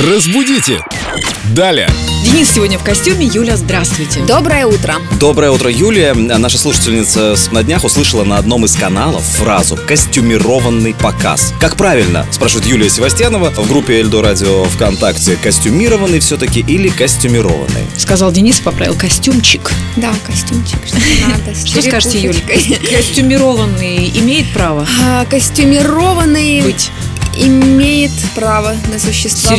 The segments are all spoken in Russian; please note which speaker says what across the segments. Speaker 1: Разбудите! Далее!
Speaker 2: Денис сегодня в костюме. Юля, здравствуйте.
Speaker 3: Доброе утро.
Speaker 4: Доброе утро, Юлия. Наша слушательница с- на днях услышала на одном из каналов фразу «костюмированный показ». Как правильно, спрашивает Юлия Севастьянова в группе Эльдо Радио ВКонтакте, костюмированный все-таки или костюмированный?
Speaker 2: Сказал Денис, поправил костюмчик.
Speaker 3: Да, костюмчик, что надо. с
Speaker 2: Что скажете, Юля?
Speaker 3: черепушечкой.
Speaker 2: Костюмированный имеет право
Speaker 3: А, Костюмированный
Speaker 2: быть.
Speaker 3: имеет право на существование.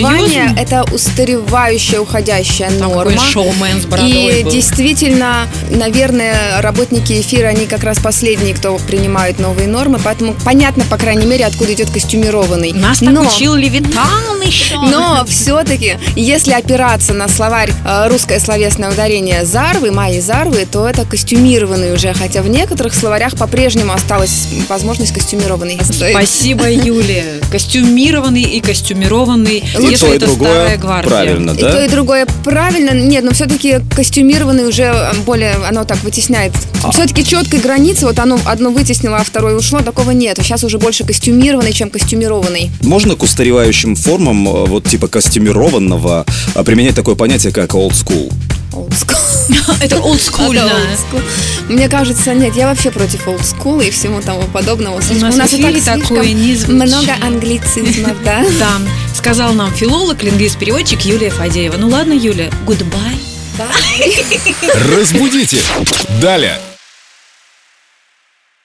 Speaker 2: Серьезно?
Speaker 3: Это устаревающая, уходящая норма.
Speaker 2: Какой шоумен с бородой
Speaker 3: И
Speaker 2: был.
Speaker 3: действительно, наверное, работники эфира, они как раз последние, кто принимают новые нормы, поэтому понятно, по крайней мере, откуда идет костюмированный.
Speaker 2: Нас так
Speaker 3: Но-
Speaker 2: учил Левитан еще.
Speaker 3: Но все-таки, если опираться на словарь э, русское словесное ударение «зарвы», «майи зарвы», то это костюмированный уже, хотя в некоторых словарях по-прежнему осталась возможность костюмированный.
Speaker 2: Спасибо, Юлия. Костюмированный и костюмированный,
Speaker 4: И
Speaker 2: если
Speaker 4: то, и
Speaker 2: это
Speaker 4: другое
Speaker 2: старая гвардия.
Speaker 4: правильно,
Speaker 3: И то,
Speaker 4: да?
Speaker 3: и другое правильно. Нет, но все-таки костюмированный уже э, более, оно так вытесняет. Все-таки четкой границы, вот оно одно вытеснило, а второе ушло, такого нет. Сейчас уже больше костюмированный, чем костюмированный.
Speaker 4: Можно к устаревающим формам, э, вот типа костюмированного, э, применять такое понятие, как old school?
Speaker 3: Олдскул.
Speaker 2: Это олдскульно.
Speaker 3: Это олдскул. Мне кажется, нет, я вообще против олдскула и всему тому подобного. Слишком-
Speaker 2: нас в
Speaker 3: и так
Speaker 2: эфире
Speaker 3: слишком
Speaker 2: такое не звучит.
Speaker 3: Много англицизмов, да?
Speaker 2: Да, сказал нам филолог, лингвист-переводчик Юлия Фадеева. Ну ладно, Юля, goodbye.
Speaker 1: Разбудите! Далее!